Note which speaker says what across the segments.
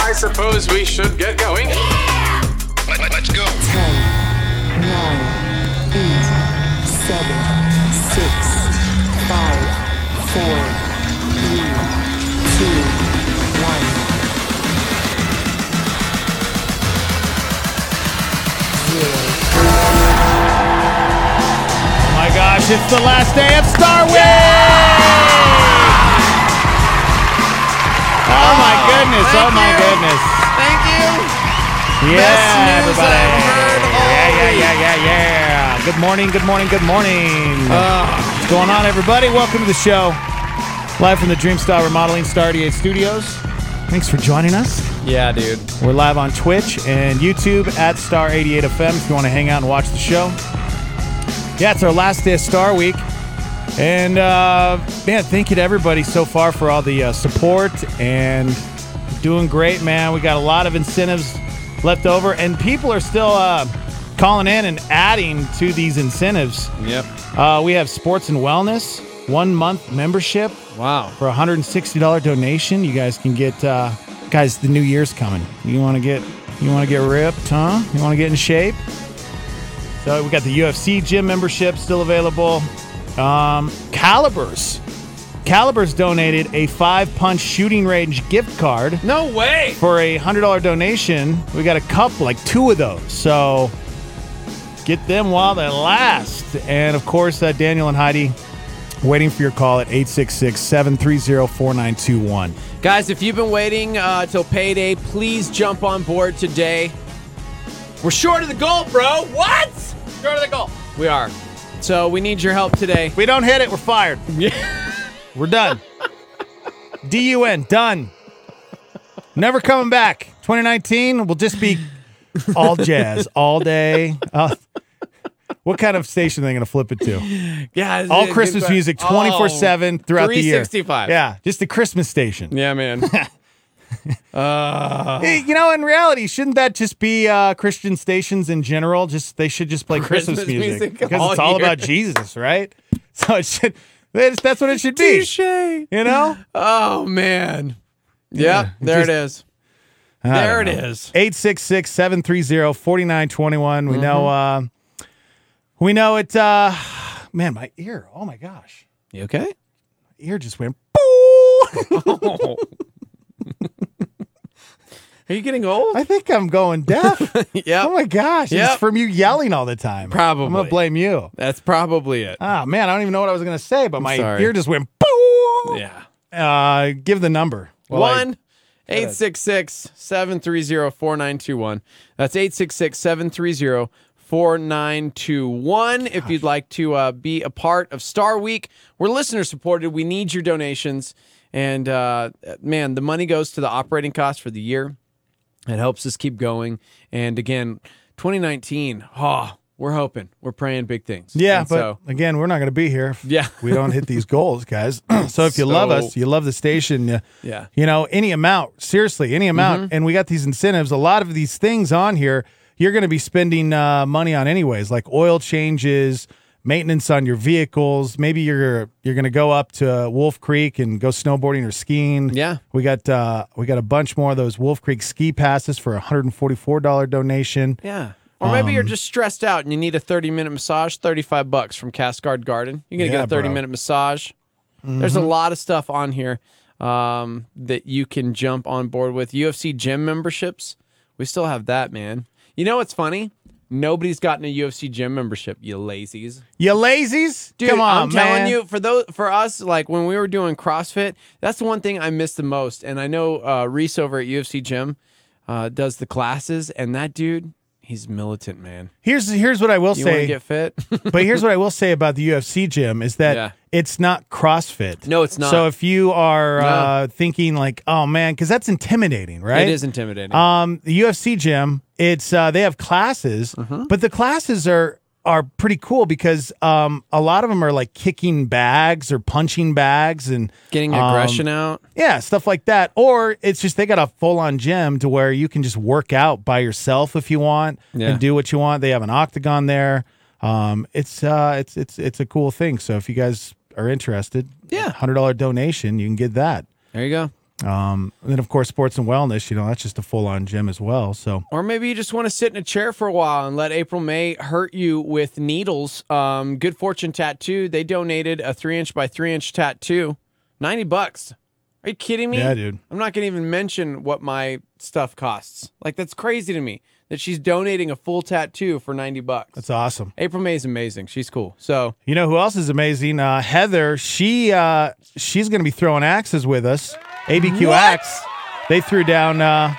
Speaker 1: I suppose we should get going.
Speaker 2: Let, us go.
Speaker 3: 10, 9, 8, 7, 6, 5, 4, 3, 2, 1. Zero.
Speaker 4: Oh my gosh, it's the last day of Star Wars! Oh my goodness, oh
Speaker 5: thank
Speaker 4: my
Speaker 5: you.
Speaker 4: goodness.
Speaker 5: Thank you.
Speaker 4: Yeah,
Speaker 5: news
Speaker 4: everybody.
Speaker 5: I've heard all
Speaker 4: yeah, yeah,
Speaker 5: week.
Speaker 4: yeah, yeah, yeah. Good morning, good morning, good morning. What's going on, everybody? Welcome to the show. Live from the Dreamstar Remodeling Star 88 Studios. Thanks for joining us.
Speaker 5: Yeah, dude.
Speaker 4: We're live on Twitch and YouTube at Star 88 FM if you want to hang out and watch the show. Yeah, it's our last day of Star Week. And uh, man, thank you to everybody so far for all the uh, support and doing great, man. We got a lot of incentives left over, and people are still uh, calling in and adding to these incentives.
Speaker 5: Yep.
Speaker 4: Uh, we have sports and wellness, one month membership
Speaker 5: Wow.
Speaker 4: for a hundred and sixty dollar donation. You guys can get uh, guys. The new year's coming. You want to get you want to get ripped, huh? You want to get in shape. So we got the UFC gym membership still available. Um, Calibers, Calibers donated a five punch shooting range gift card
Speaker 5: No way.
Speaker 4: for a hundred dollar donation. We got a cup, like two of those. So get them while they last. And of course, uh, Daniel and Heidi waiting for your call at 866-730-4921.
Speaker 5: Guys, if you've been waiting uh, till payday, please jump on board today. We're short of the goal, bro. What? Short of the goal. We are. So we need your help today.
Speaker 4: If we don't hit it, we're fired. We're done. D-U-N, done. Never coming back. 2019 will just be all jazz all day. Uh, what kind of station are they going to flip it to?
Speaker 5: Yeah.
Speaker 4: all Christmas music 24 7 throughout the year.
Speaker 5: 365.
Speaker 4: Yeah, just the Christmas station.
Speaker 5: Oh. Yeah, man.
Speaker 4: Hey, you know, in reality, shouldn't that just be uh, Christian stations in general? Just They should just play Christmas,
Speaker 5: Christmas
Speaker 4: music,
Speaker 5: music
Speaker 4: because
Speaker 5: all
Speaker 4: it's all
Speaker 5: year.
Speaker 4: about Jesus, right? So it should. That's that's what it should be.
Speaker 5: Touche.
Speaker 4: You know?
Speaker 5: Oh man. Yeah, there it is. There it is.
Speaker 4: 866 730 4921. We know
Speaker 5: Mm-hmm.
Speaker 4: uh, we know it uh, man, my ear. Oh my gosh.
Speaker 5: You okay?
Speaker 4: My ear just went boo.
Speaker 5: Are you getting old?
Speaker 4: I think I'm going deaf.
Speaker 5: yeah.
Speaker 4: Oh my gosh.
Speaker 5: Yep.
Speaker 4: It's from you yelling all the time. I'm gonna
Speaker 5: Probably.
Speaker 4: blame you.
Speaker 5: That's probably it.
Speaker 4: Ah man, I don't even know what I was gonna say, but my
Speaker 5: sorry.
Speaker 4: ear just went boo.
Speaker 5: yeah.
Speaker 4: Uh give the number. Well, I-
Speaker 5: 1 866 730 4921. That's 866 730 4921. If you'd like to uh, be a part of Star Week, we're listener supported. We need your donations. And uh, man, the money goes to the operating costs for the year. It helps us keep going. And again, 2019, oh, we're hoping, we're praying big things.
Speaker 4: yeah,
Speaker 5: And
Speaker 4: but
Speaker 5: so-
Speaker 4: again, we're not gonna be here. if
Speaker 5: Yeah.
Speaker 4: we don't hit these goals, guys. so if you love
Speaker 5: So-
Speaker 4: us, you love the station, you,
Speaker 5: yeah. Mm-hmm.
Speaker 4: you know, any amount, seriously, any amount. And we got these incentives. A lot of these things on here, you're going to be spending uh, money on anyways, like oil changes, maintenance on your vehicles. Maybe you're you're going to go up to Wolf Creek and go snowboarding or skiing.
Speaker 5: Yeah.
Speaker 4: we got uh, we got a bunch more of those Wolf Creek ski passes for a hundred and forty four dollar donation.
Speaker 5: Yeah. Or maybe
Speaker 4: Um,
Speaker 5: you're just stressed out and you need a 30 minute massage, 35 bucks from Cascard Garden. You're going to
Speaker 4: Yeah,
Speaker 5: get a 30
Speaker 4: bro. Mm-hmm.
Speaker 5: minute massage. There's a lot of stuff on here um, that you can jump on board with. UFC gym memberships. We still have that, man. You know what's funny? Nobody's gotten a UFC gym membership, you lazies.
Speaker 4: You lazies,
Speaker 5: Dude,
Speaker 4: come on,
Speaker 5: I'm telling
Speaker 4: man.
Speaker 5: you, for those for us, like when we were doing CrossFit, that's the one thing I miss the most. And I know uh, Reese over at UFC Gym uh, does the classes, and that dude, he's militant, man.
Speaker 4: Here's here's what I will
Speaker 5: You want
Speaker 4: say.
Speaker 5: to get fit?
Speaker 4: but here's what I will say about the UFC gym is that
Speaker 5: Yeah.
Speaker 4: it's not CrossFit.
Speaker 5: No, it's not.
Speaker 4: So if you are
Speaker 5: No.
Speaker 4: uh, thinking like, oh man, because that's intimidating, right?
Speaker 5: It is intimidating.
Speaker 4: Um, the UFC gym, it's uh, they have classes,
Speaker 5: Mm-hmm.
Speaker 4: but the classes are are pretty cool because um, a lot of them are like kicking bags or punching bags and
Speaker 5: Getting
Speaker 4: um,
Speaker 5: aggression out.
Speaker 4: yeah, stuff like that. Or it's just they got a full on gym to where you can just work out by yourself if you want
Speaker 5: Yeah.
Speaker 4: and do what you want. They have an octagon there. Um, it's uh, it's it's it's a cool thing. So if you guys are interested,
Speaker 5: Yeah.
Speaker 4: hundred dollar donation, you can get that.
Speaker 5: There you go.
Speaker 4: Um, and then, of course, sports and wellness, you know, that's just a full on gym as well. So,
Speaker 5: Or maybe you just want to sit in a chair for a while and let April May hurt you with needles. Um, Good Fortune Tattoo, they donated a three inch by three inch tattoo. 90 bucks. Are you kidding me?
Speaker 4: Yeah, dude.
Speaker 5: I'm not going to even mention what my stuff costs. Like, that's crazy to me that she's donating a full tattoo for 90 bucks.
Speaker 4: that's awesome.
Speaker 5: April May is amazing. She's cool. So,
Speaker 4: You know who else is amazing? Uh, Heather. She uh, she's going to be throwing axes with us. ABQ Axe. They threw down uh,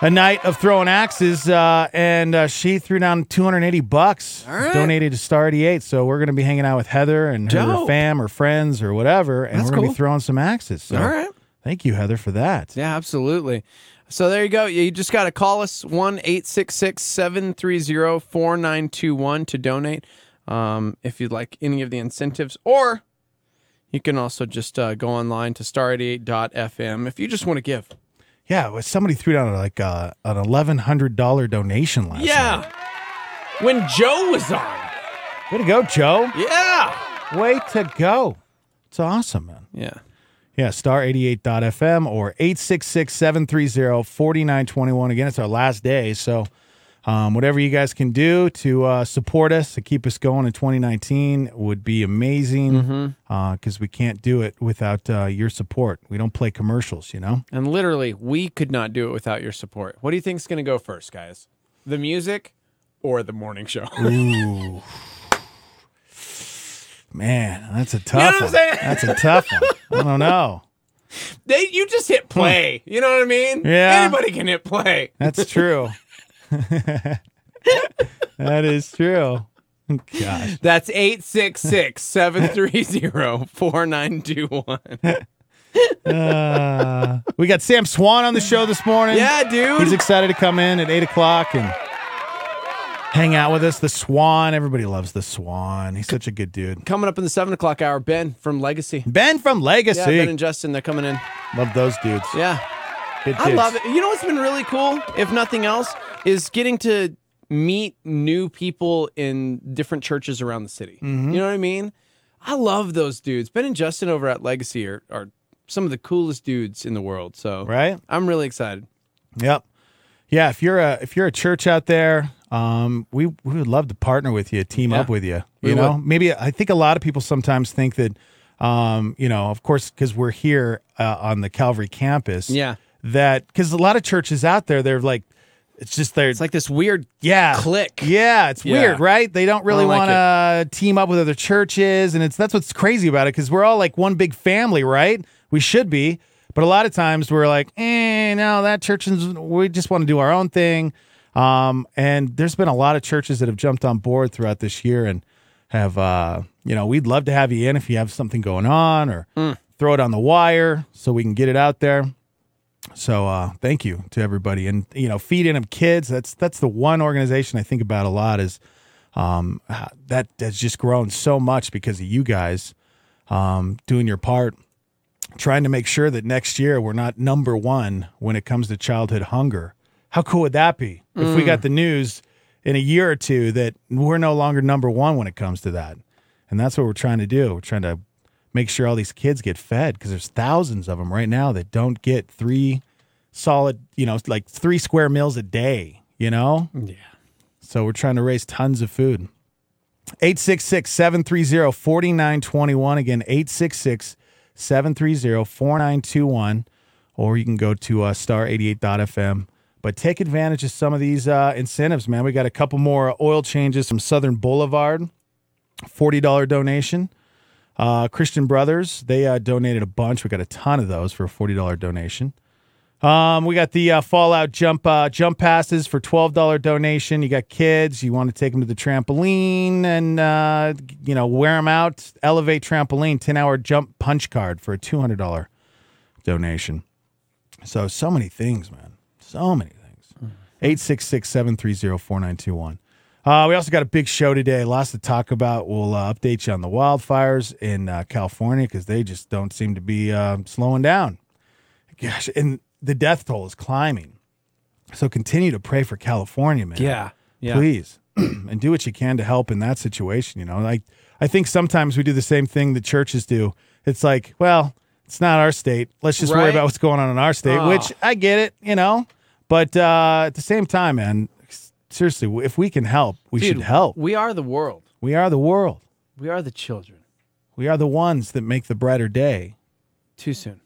Speaker 4: a night of throwing axes, uh, and uh, she threw down 280 bucks
Speaker 5: right.
Speaker 4: donated to Star 88. So we're going to be hanging out with Heather and her
Speaker 5: Dope.
Speaker 4: fam or friends or whatever, and we're
Speaker 5: That's
Speaker 4: going to
Speaker 5: cool.
Speaker 4: be throwing some axes. So
Speaker 5: All right.
Speaker 4: Thank you, Heather, for that.
Speaker 5: yeah, absolutely. So, there you go. You just got to call us 1 866 730 4921 to donate um, if you'd like any of the incentives. Or you can also just uh, go online to star88.fm if you just want to give.
Speaker 4: Yeah, well, somebody threw down like uh, an eleven hundred dollar donation last night.
Speaker 5: Yeah. When Joe was on.
Speaker 4: way to go, Joe!
Speaker 5: Yeah.
Speaker 4: Way to go! It's awesome, man.
Speaker 5: Yeah.
Speaker 4: Yeah, star88.fm or 866-730-4921. Again, it's our last day, so um, whatever you guys can do to uh, support us to keep us going in 2019 would be amazing because
Speaker 5: Mm-hmm.
Speaker 4: we can't do it without uh, your support. We don't play commercials, you know.
Speaker 5: And literally, we could not do it without your support. What do you think's going to go first, guys? The music or the morning show?
Speaker 4: Ooh. Man, that's a tough
Speaker 5: what I'm
Speaker 4: one.
Speaker 5: saying?
Speaker 4: That's a tough one. I don't know.
Speaker 5: they, you just hit play. You know what I mean?
Speaker 4: Yeah.
Speaker 5: Anybody can hit play.
Speaker 4: That's true. that is true. Gosh.
Speaker 5: That's 866 730 4921.
Speaker 4: Uh, we got Sam Swan on the show this morning.
Speaker 5: Yeah, dude.
Speaker 4: He's excited to come in at 8 o'clock and hang out with us. The Swan. Everybody loves the Swan. He's such a good dude.
Speaker 5: coming up in the 7 o'clock hour, Ben from Legacy.
Speaker 4: Ben from Legacy.
Speaker 5: Yeah, Ben and Justin, they're coming in.
Speaker 4: love those dudes.
Speaker 5: Yeah.
Speaker 4: Good
Speaker 5: I
Speaker 4: dudes.
Speaker 5: love it. You know what's been really cool, if nothing else, is getting to meet new people in different churches around the city.
Speaker 4: Mm-hmm.
Speaker 5: You know what I mean? I love those dudes. Ben and Justin over at Legacy are, are some of the coolest dudes in the world. So
Speaker 4: Right?
Speaker 5: I'm really excited.
Speaker 4: Yep. Yeah, if you're a if you're a church out there, um, we we would love to partner with you, team
Speaker 5: Yeah.
Speaker 4: up with you.
Speaker 5: We
Speaker 4: You know, maybe I think a lot of people sometimes think that, um, you know, of course, because we're here uh, on the Calvary campus.
Speaker 5: Yeah.
Speaker 4: That because a lot of churches out there, they're like, it's just they're
Speaker 5: It's like this weird
Speaker 4: yeah
Speaker 5: click.
Speaker 4: yeah it's
Speaker 5: Yeah.
Speaker 4: weird right they don't really
Speaker 5: I don't like
Speaker 4: want to team up with other churches and it's that's what's crazy about it because we're all like one big family right we should be but a lot of times we're like eh, no that church is we just want to do our own thing um, and there's been a lot of churches that have jumped on board throughout this year and have uh, you know we'd love to have you in if you have something going on or
Speaker 5: Hmm.
Speaker 4: throw it on the wire so we can get it out there so uh, thank you to everybody, and you know, feeding them kids. That's that's the one organization I think about a lot is um, h- that has just grown so much because of you guys um, doing your part, trying to make sure that next year we're not number one when it comes to childhood hunger. How cool would that be if we got the news in a year or two that we're no longer number one when it comes to that? And that's what we're trying to do. We're trying to make sure all these kids get fed because there's thousands of them right now that don't get three solid, you know, like three square meals a day, you know? Yeah. So we're trying to raise tons of food. 866 730 4921. Again, 866 730 4921. Or you can go to uh, star88.fm. But take advantage of some of these uh, incentives, man. We got a couple more oil changes from Southern Boulevard, $40 donation. Uh, Christian Brothers, they uh, donated a bunch. We got a ton of those for a $40 donation. Um, we got the uh, Fallout jump uh, jump passes for twelve dollar donation. You got kids, you want to take them to the trampoline and uh, g- you know wear them out. Elevate trampoline ten hour jump punch card for a two hundred dollar donation. So so many things, man. So many things. Eight six six seven three zero four nine two one. Uh, we also got a big show today. Lots to talk about. We'll uh, update you on the wildfires in uh, California because they just don't seem to be uh, slowing down gosh, and the death toll is climbing. So continue to pray for California, man.
Speaker 5: Yeah.
Speaker 4: Please. and do what you can to help in that situation, you know. Like I think sometimes we do the same thing the churches do. It's like, well, It's not our state. Let's just worry
Speaker 5: Right? Oh.
Speaker 4: about what's going on in our state,
Speaker 5: Aw.
Speaker 4: which I get it, you know. But uh, at the same time, man, s- seriously, w- if we can help, we
Speaker 5: Dude,
Speaker 4: should help.
Speaker 5: We are the world.
Speaker 4: We are the world.
Speaker 5: We are the children.
Speaker 4: We are the ones that make the brighter day.
Speaker 5: Too soon.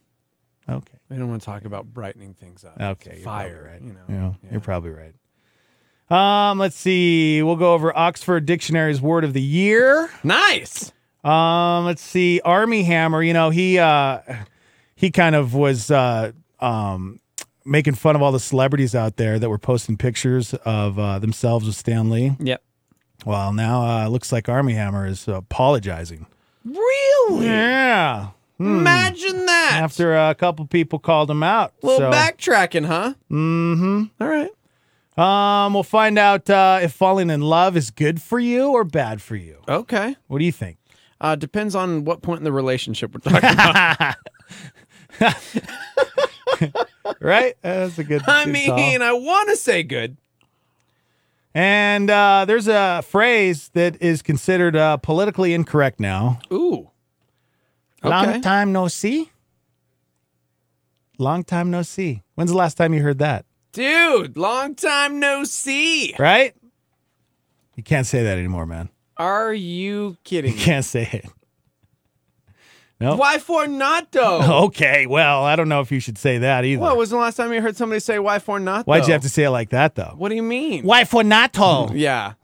Speaker 4: Okay.
Speaker 5: We don't want to talk about brightening things up.
Speaker 4: Okay, you're
Speaker 5: Fire,
Speaker 4: probably right.
Speaker 5: you know.
Speaker 4: Yeah, you're probably right. Um, let's see. We'll go over Oxford Dictionary's word of the year.
Speaker 5: Nice.
Speaker 4: Um, let's see. Army Hammer. You know he uh, he kind of was uh, um, making fun of all the celebrities out there that were posting pictures of uh, themselves with Stan Lee.
Speaker 5: Yep.
Speaker 4: Well, now uh, it looks like Army Hammer is apologizing.
Speaker 5: Really?
Speaker 4: Yeah.
Speaker 5: Imagine that.
Speaker 4: Hmm. After a couple people called him out.
Speaker 5: a little
Speaker 4: so-
Speaker 5: backtracking, huh? Mm-hmm. All right.
Speaker 4: Um, we'll find out uh, if falling in love is good for you or bad for you.
Speaker 5: Okay.
Speaker 4: What do you think?
Speaker 5: Uh, depends on what point in the relationship we're talking about.
Speaker 4: Right? That's a good.
Speaker 5: I
Speaker 4: good
Speaker 5: mean,
Speaker 4: call.
Speaker 5: I want to say good.
Speaker 4: and uh, there's a phrase that is considered uh, politically incorrect now.
Speaker 5: Ooh.
Speaker 4: Long time no see. Long time no see. When's the last time you heard that?
Speaker 5: Dude, long time no see.
Speaker 4: Right? You can't say that anymore, man.
Speaker 5: Are you kidding?
Speaker 4: You can't say it. Nope.
Speaker 5: Why for not
Speaker 4: Oh.
Speaker 5: though?
Speaker 4: Okay, well, I don't know if you should say that either.
Speaker 5: What was the last time you heard somebody say why for not?
Speaker 4: Why'd
Speaker 5: though?
Speaker 4: you have to say it like that, though?
Speaker 5: What do you mean?
Speaker 4: Why for not all?
Speaker 5: Yeah.
Speaker 6: Long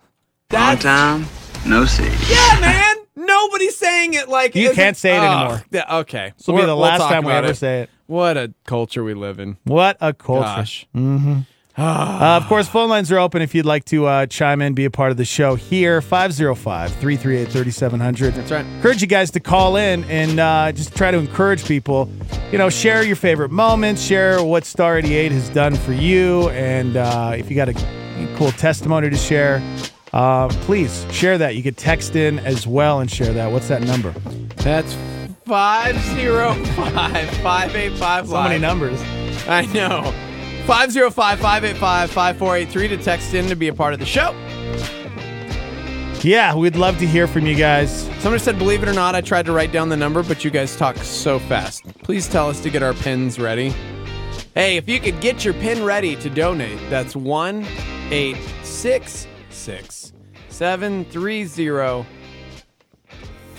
Speaker 5: That's
Speaker 6: time, no see.
Speaker 5: yeah, man. Nobody's saying it like
Speaker 4: You
Speaker 5: isn't-
Speaker 4: can't say it
Speaker 5: Ugh,
Speaker 4: anymore.
Speaker 5: that- okay.
Speaker 4: This will be
Speaker 5: We're-
Speaker 4: the
Speaker 5: we'll
Speaker 4: last
Speaker 5: talk
Speaker 4: time we
Speaker 5: about
Speaker 4: ever
Speaker 5: it.
Speaker 4: say it.
Speaker 5: What a culture we live in.
Speaker 4: What a culture. Mm.
Speaker 5: Gosh.
Speaker 4: Uh, of course, phone lines are open if you'd like to uh, chime in, be a part of the show here. 505 338 3700.
Speaker 5: That's right.
Speaker 4: Encourage you guys to call in and uh, just try to encourage people. You know, share your favorite moments, share what Star 88 has done for you. And uh, if you got a cool testimony to share, uh, please share that. You could text in as well and share that. What's that number?
Speaker 5: That's 505
Speaker 4: So many numbers.
Speaker 5: I know. 505 585 5483 to text in to be a part of the show.
Speaker 4: Yeah, we'd love to hear from you guys.
Speaker 5: Somebody said, believe it or not, I tried to write down the number, but you guys talk so fast. Please tell us to get our pins ready. Hey, if you could get your pin ready to donate, that's 1 866 730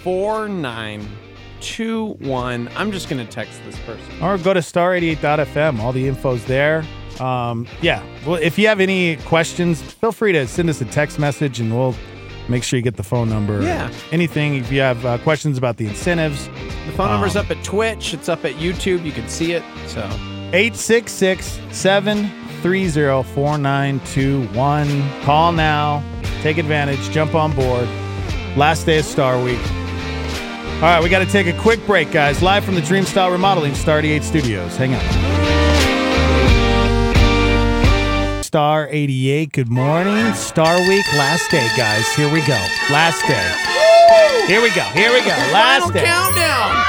Speaker 5: 4921. I'm just going to text this person.
Speaker 4: or go to star88.fm. All the info's there. Um, yeah. Well, if you have any questions, feel free to send us a text message and we'll make sure you get the phone number.
Speaker 5: Yeah.
Speaker 4: Anything. If you have uh, questions about the incentives,
Speaker 5: The phone number's
Speaker 4: Um,
Speaker 5: up at Twitch, it's up at YouTube. You can see it. So,
Speaker 4: 866 730 4921. Call now. Take advantage. Jump on board. Last day of Star Week. All right, we got to take a quick break, guys. Live from the Dream Style Remodeling Star 88 Studios. Hang on. Star 88, good morning. Star Week, last day, guys. Here we go. Last day. Here we go. Here we go. Last day.
Speaker 5: countdown.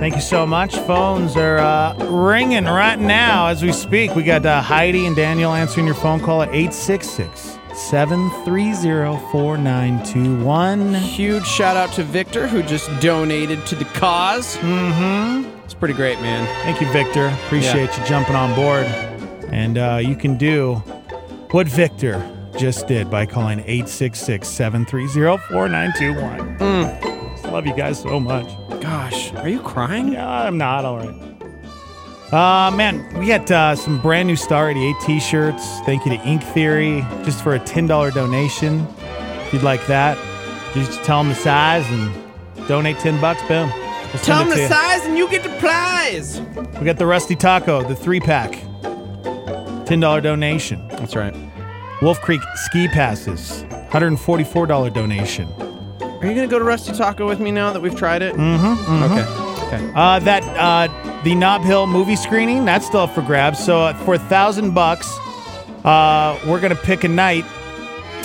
Speaker 4: Thank you so much. Phones are uh, ringing right now as we speak. We got uh, Heidi and Daniel answering your phone call at 866 730 4921.
Speaker 5: Huge shout out to Victor who just donated to the because Mm-hmm. It's pretty great, man.
Speaker 4: Thank you, Victor. Appreciate you jumping on board. And uh, you can do what Victor just did by calling 866 730 4921. Love you guys so much.
Speaker 5: Gosh, are you crying?
Speaker 4: Yeah, I'm not. All right. Uh, man, we got uh, some brand new Star 88 t shirts. Thank you to Ink Theory just for a $10 donation. If you'd like that, just tell them the size and donate 10 bucks. Boom. We'll send
Speaker 5: Tell
Speaker 4: it
Speaker 5: him
Speaker 4: to
Speaker 5: the
Speaker 4: you.
Speaker 5: size and you get the prize.
Speaker 4: We got the Rusty Taco, the three pack, $10 donation.
Speaker 5: That's right.
Speaker 4: Wolf Creek Ski Passes, $144 donation.
Speaker 5: Are you gonna go to Rusty Taco with me now that we've tried it? Mm-hmm. Okay. Okay.
Speaker 4: Uh, that uh, the Knob Hill movie screening that's still up for grabs. So uh, for a thousand bucks, uh, we're gonna pick a night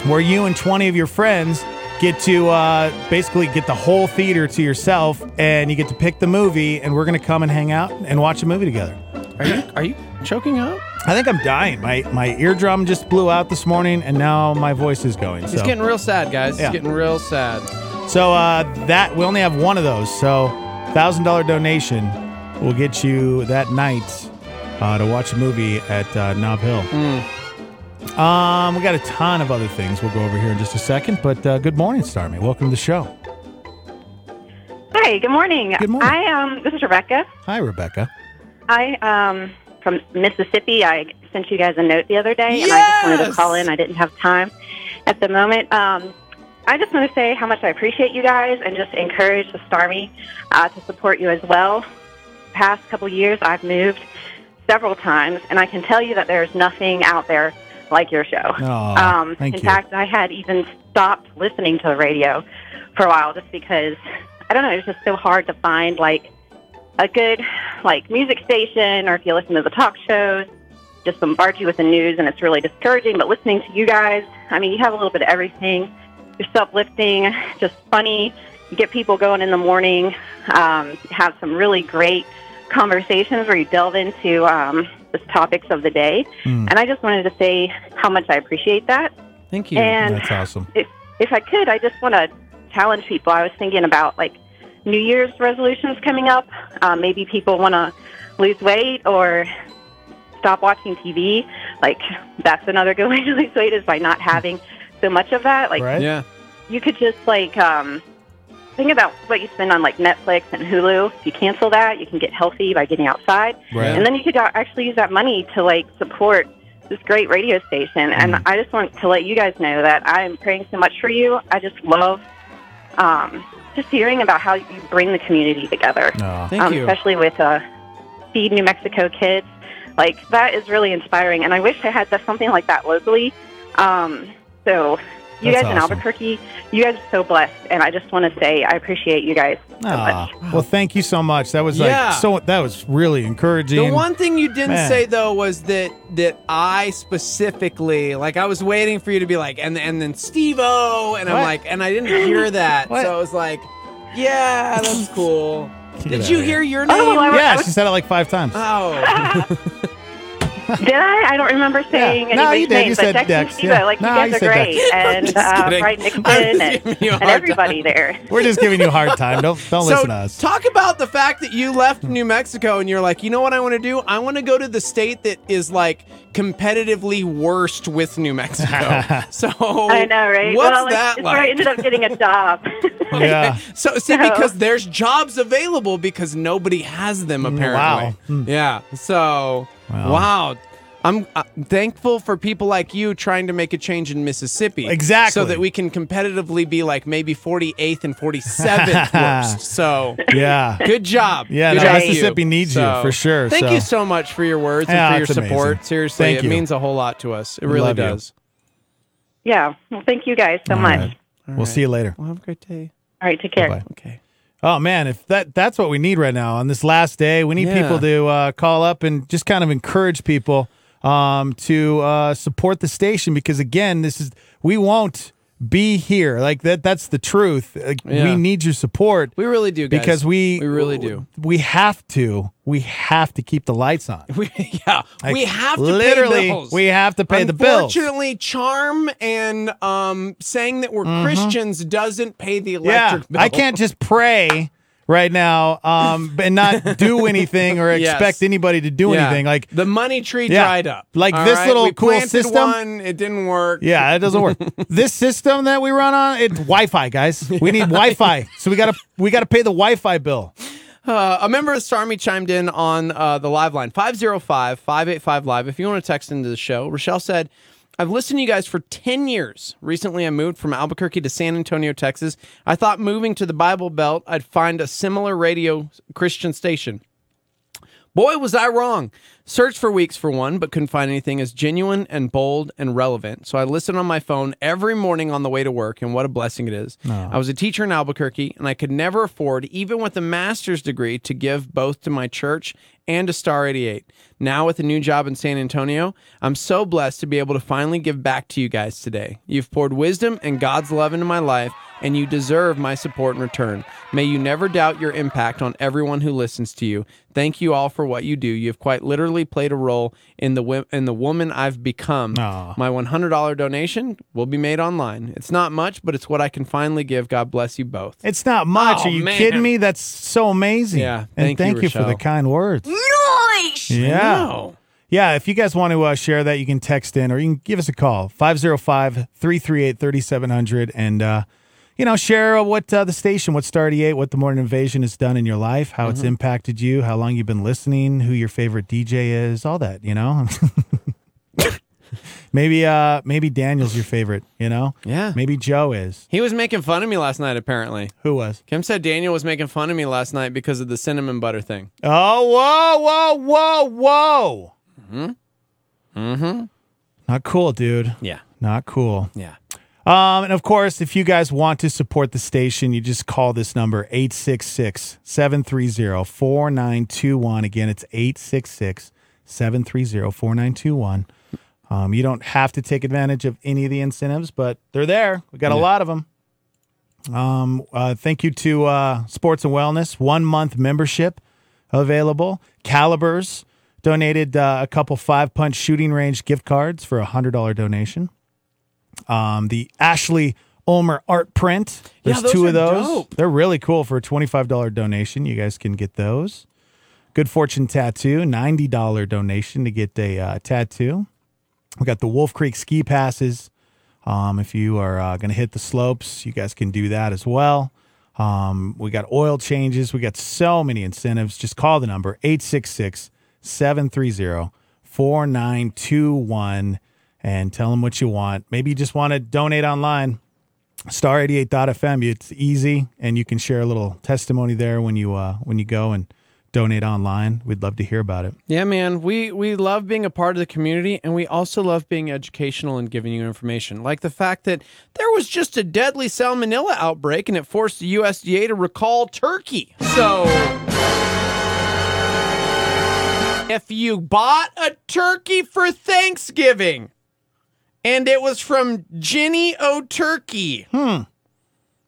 Speaker 4: where you and twenty of your friends get to uh, basically get the whole theater to yourself, and you get to pick the movie, and we're gonna come and hang out and watch a movie together.
Speaker 5: Are you are you choking up?
Speaker 4: I think I'm dying. My my eardrum just blew out this morning, and now my voice is going.
Speaker 5: It's
Speaker 4: so.
Speaker 5: getting real sad, guys.
Speaker 4: Yeah.
Speaker 5: It's getting real sad.
Speaker 4: So uh, that we only have one of those. So thousand dollar donation will get you that night uh, to watch a movie at uh, Knob Hill. Um, we got a ton of other things we'll go over here in just a second. But uh, good morning, Starmy. Welcome to the show.
Speaker 6: Hi, good morning.
Speaker 4: Good morning.
Speaker 6: I um this is Rebecca.
Speaker 4: Hi, Rebecca.
Speaker 6: I um from Mississippi. I sent you guys a note the other day and I just wanted
Speaker 5: Yes!
Speaker 6: to call in. I didn't have time at the moment. Um I just want to say how much I appreciate you guys and just encourage the Starmy uh, to support you as well. Past couple years I've moved several times and I can tell you that there's nothing out there like your show.
Speaker 4: Aw,
Speaker 6: um
Speaker 4: thank
Speaker 6: in
Speaker 4: you.
Speaker 6: fact I had even stopped listening to the radio for a while just because I don't know, it's just so hard to find like a good like music station or if you listen to the talk shows just bombard you with the news and it's really discouraging but listening to you guys i mean you have a little bit of everything you're uplifting just funny you get people going in the morning um, have some really great conversations where you delve into um, the topics of the day and i just wanted to say how much i appreciate that
Speaker 5: Thank you.
Speaker 6: and
Speaker 4: That's awesome.
Speaker 6: if, if I could, I just want to challenge people. I was thinking about like New Year's resolutions coming up. Uh, maybe people want to lose weight or stop watching TV. Like that's another good way to lose weight is by not having so much of that. Like
Speaker 4: Right?
Speaker 5: yeah.
Speaker 6: you could just like um, think about what you spend on like Netflix and Hulu. If you cancel that, you can get healthy by getting outside,
Speaker 4: Right.
Speaker 6: and then you could a- actually use that money to like support this great radio station. And I just want to let you guys know that I am praying so much for you. I just love um, just hearing about how you bring the community together
Speaker 4: Aw,
Speaker 5: Thank
Speaker 6: um,
Speaker 5: you.
Speaker 6: especially with uh, feed New Mexico kids. Like that is really inspiring, and I wish I had that, something like that locally. Um, so you
Speaker 4: That's
Speaker 6: guys in
Speaker 4: awesome.
Speaker 6: Albuquerque, you guys are so blessed, and I just want to say I appreciate you guys so
Speaker 4: Aw.
Speaker 6: much.
Speaker 4: Well, thank you so much. That was like
Speaker 5: Yeah.
Speaker 4: so. That was really encouraging.
Speaker 5: The one thing you didn't
Speaker 4: Man.
Speaker 5: say though was that that I specifically like I was waiting for you to be like and and then Steve O and I'm
Speaker 4: What?
Speaker 5: like and I didn't hear that
Speaker 4: What?
Speaker 5: so I was like yeah that's cool.
Speaker 4: Get out
Speaker 5: Did you
Speaker 4: of here.
Speaker 5: hear your name?
Speaker 6: well, I was- Uh,
Speaker 4: Yeah, she said it like five times.
Speaker 5: oh,
Speaker 6: Did I? I don't remember saying
Speaker 4: Yeah.
Speaker 6: anybody's
Speaker 4: No, you did.
Speaker 6: name,
Speaker 4: You
Speaker 6: but
Speaker 4: said
Speaker 6: Dex,
Speaker 4: Dex,
Speaker 6: and Steve,
Speaker 4: yeah.
Speaker 6: like
Speaker 4: No,
Speaker 6: you
Speaker 4: you
Speaker 6: guys
Speaker 4: said
Speaker 6: are great, and
Speaker 5: just
Speaker 6: uh,
Speaker 5: kidding.
Speaker 6: Bright
Speaker 5: I'm
Speaker 6: Nixon
Speaker 5: just
Speaker 6: and,
Speaker 5: giving you a
Speaker 6: and
Speaker 5: hard
Speaker 6: everybody there.
Speaker 4: We're just giving you a hard time. Don't don't
Speaker 5: so
Speaker 4: listen to us.
Speaker 5: talk about the fact that you left New Mexico and you're like, you know what I want to do? I want to go to the state that is like competitively worst with New Mexico. so
Speaker 6: I know, right?
Speaker 5: What's
Speaker 6: well, it's-
Speaker 5: that
Speaker 6: it's
Speaker 5: like?
Speaker 6: where I ended up getting a job.
Speaker 4: yeah.
Speaker 5: So, see,
Speaker 6: No.
Speaker 5: because there's jobs available because nobody has them apparently.
Speaker 4: wow. Hmm.
Speaker 5: Yeah. So,
Speaker 4: Wow.
Speaker 5: wow. I'm uh, thankful for people like you trying to make a change in Mississippi.
Speaker 4: Exactly.
Speaker 5: So that we can competitively be like maybe 48th and 47th worst. So,
Speaker 4: Yeah.
Speaker 5: good job.
Speaker 4: Yeah,
Speaker 5: Good
Speaker 4: no,
Speaker 5: job to
Speaker 4: Mississippi needs you, for sure,
Speaker 5: Thank
Speaker 4: so.
Speaker 5: you so much for your words
Speaker 4: Yeah,
Speaker 5: and for your
Speaker 4: it's amazing.
Speaker 5: support. Seriously,
Speaker 4: Thank
Speaker 5: it
Speaker 4: you.
Speaker 5: means a whole lot to us. It really
Speaker 4: love you.
Speaker 5: does.
Speaker 6: yeah. Well, thank you guys so
Speaker 4: All
Speaker 6: much.
Speaker 4: right. We'll see you later.
Speaker 5: Well, have a great day.
Speaker 6: All right, take care.
Speaker 4: Bye-bye.
Speaker 5: Okay.
Speaker 4: Oh man, if that that's what we need right now on this last day, we need
Speaker 5: Yeah.
Speaker 4: people to uh, call up and just kind of encourage people um, to uh, support the station because again, this is we won't be here like that. That's the truth. Like, We
Speaker 5: Yeah.
Speaker 4: need your support
Speaker 5: We really do, guys.
Speaker 4: because we
Speaker 5: we really do.
Speaker 4: We have to. We have to keep the lights on.
Speaker 5: We, yeah,
Speaker 4: Like,
Speaker 5: we have to
Speaker 4: literally,
Speaker 5: pay bills.
Speaker 4: we have to pay the bills.
Speaker 5: Unfortunately, charm and um, saying that we're Christians doesn't pay the
Speaker 4: Mm-hmm. Yeah,
Speaker 5: electric bill.
Speaker 4: I can't just pray right now um, and not do anything or
Speaker 5: Yes.
Speaker 4: expect anybody to do
Speaker 5: Yeah.
Speaker 4: anything. Like
Speaker 5: the money tree
Speaker 4: Yeah.
Speaker 5: dried up.
Speaker 4: Like this little
Speaker 5: we
Speaker 4: cool
Speaker 5: planted
Speaker 4: system-
Speaker 5: One, it didn't work.
Speaker 4: Yeah, it doesn't work. this system that we run on, it's Wi-Fi, guys. We need Wi-Fi, so we gotta we gotta pay the Wi-Fi bill.
Speaker 5: Uh, a member of Starmy chimed in on uh, the live line 505 585 Live. If you want to text into the show, Rochelle said, I've listened to you guys for 10 years. Recently, I moved from Albuquerque to San Antonio, Texas. I thought moving to the Bible Belt, I'd find a similar radio Christian station. Boy, was I wrong. Searched for weeks for one, but couldn't find anything as genuine and bold and relevant. So I listen on my phone every morning on the way to work, and what a blessing it is. I was a teacher in Albuquerque, and I could never afford, even with a master's degree, to give both to my church and to Star 88. Now, with a new job in San Antonio, I'm so blessed to be able to finally give back to you guys today. You've poured wisdom and God's love into my life, and you deserve my support in return. May you never doubt your impact on everyone who listens to you. Thank you all for what you do. You've quite literally played a role in the wo- in the woman I've become.
Speaker 4: Aw.
Speaker 5: My $100 donation will be made online. It's not much, but it's what I can finally give. God bless you both.
Speaker 4: It's not much.
Speaker 5: Oh,
Speaker 4: Are you
Speaker 5: man.
Speaker 4: kidding me? That's so amazing.
Speaker 5: Yeah,
Speaker 4: and
Speaker 5: thank you,
Speaker 4: thank you, for the
Speaker 5: Rochelle.
Speaker 4: kind words. Yeah.
Speaker 5: Wow.
Speaker 4: Yeah, if you guys want to uh, share that, you can text in or you can give us a call 505 338 3700 and, uh, you know, share what uh, the station, what Star 88, what the Morning Invasion has done in your life, how it's impacted you, how long you've been listening, who your favorite DJ is, all that, you know? maybe uh, maybe Daniel's your favorite, you know?
Speaker 5: Yeah.
Speaker 4: Maybe Joe is.
Speaker 5: He was making fun of me last night, apparently.
Speaker 4: Who was?
Speaker 5: Kim said Daniel was making fun of me last night because of the cinnamon butter thing.
Speaker 4: Oh, whoa, whoa, whoa, whoa. Mm-hmm. Mm-hmm. Not cool, dude.
Speaker 5: Yeah.
Speaker 4: Not cool.
Speaker 5: Yeah.
Speaker 4: Um, and of course, if you guys want to support the station, you just call this number 866 730 4921. Again, it's 866 730 4921. Um, you don't have to take advantage of any of the incentives, but they're there. We got a lot of them. Um, uh, thank you to uh, Sports and Wellness, one month membership available. Calibers donated uh, a couple five punch shooting range gift cards for a $100 donation. Um, the Ashley Ulmer art print.
Speaker 5: Yeah,
Speaker 4: There's
Speaker 5: those
Speaker 4: two of
Speaker 5: are
Speaker 4: those.
Speaker 5: dope.
Speaker 4: They're really cool for a $25 donation. You guys can get those. Good Fortune Tattoo, $90 donation to get a uh, tattoo. We got the Wolf Creek ski passes. Um, if you are uh, going to hit the slopes, you guys can do that as well. Um, we got oil changes. We got so many incentives. Just call the number 866 730 4921 and tell them what you want. Maybe you just want to donate online. Star88.fm. It's easy, and you can share a little testimony there when you uh, when you go and donate online. We'd love to hear about it.
Speaker 5: Yeah, man. We we love being a part of the community and we also love being educational and giving you information. Like the fact that there was just a deadly salmonella outbreak and it forced the USDA to recall turkey. So if you bought a turkey for Thanksgiving and it was from Ginny O Turkey.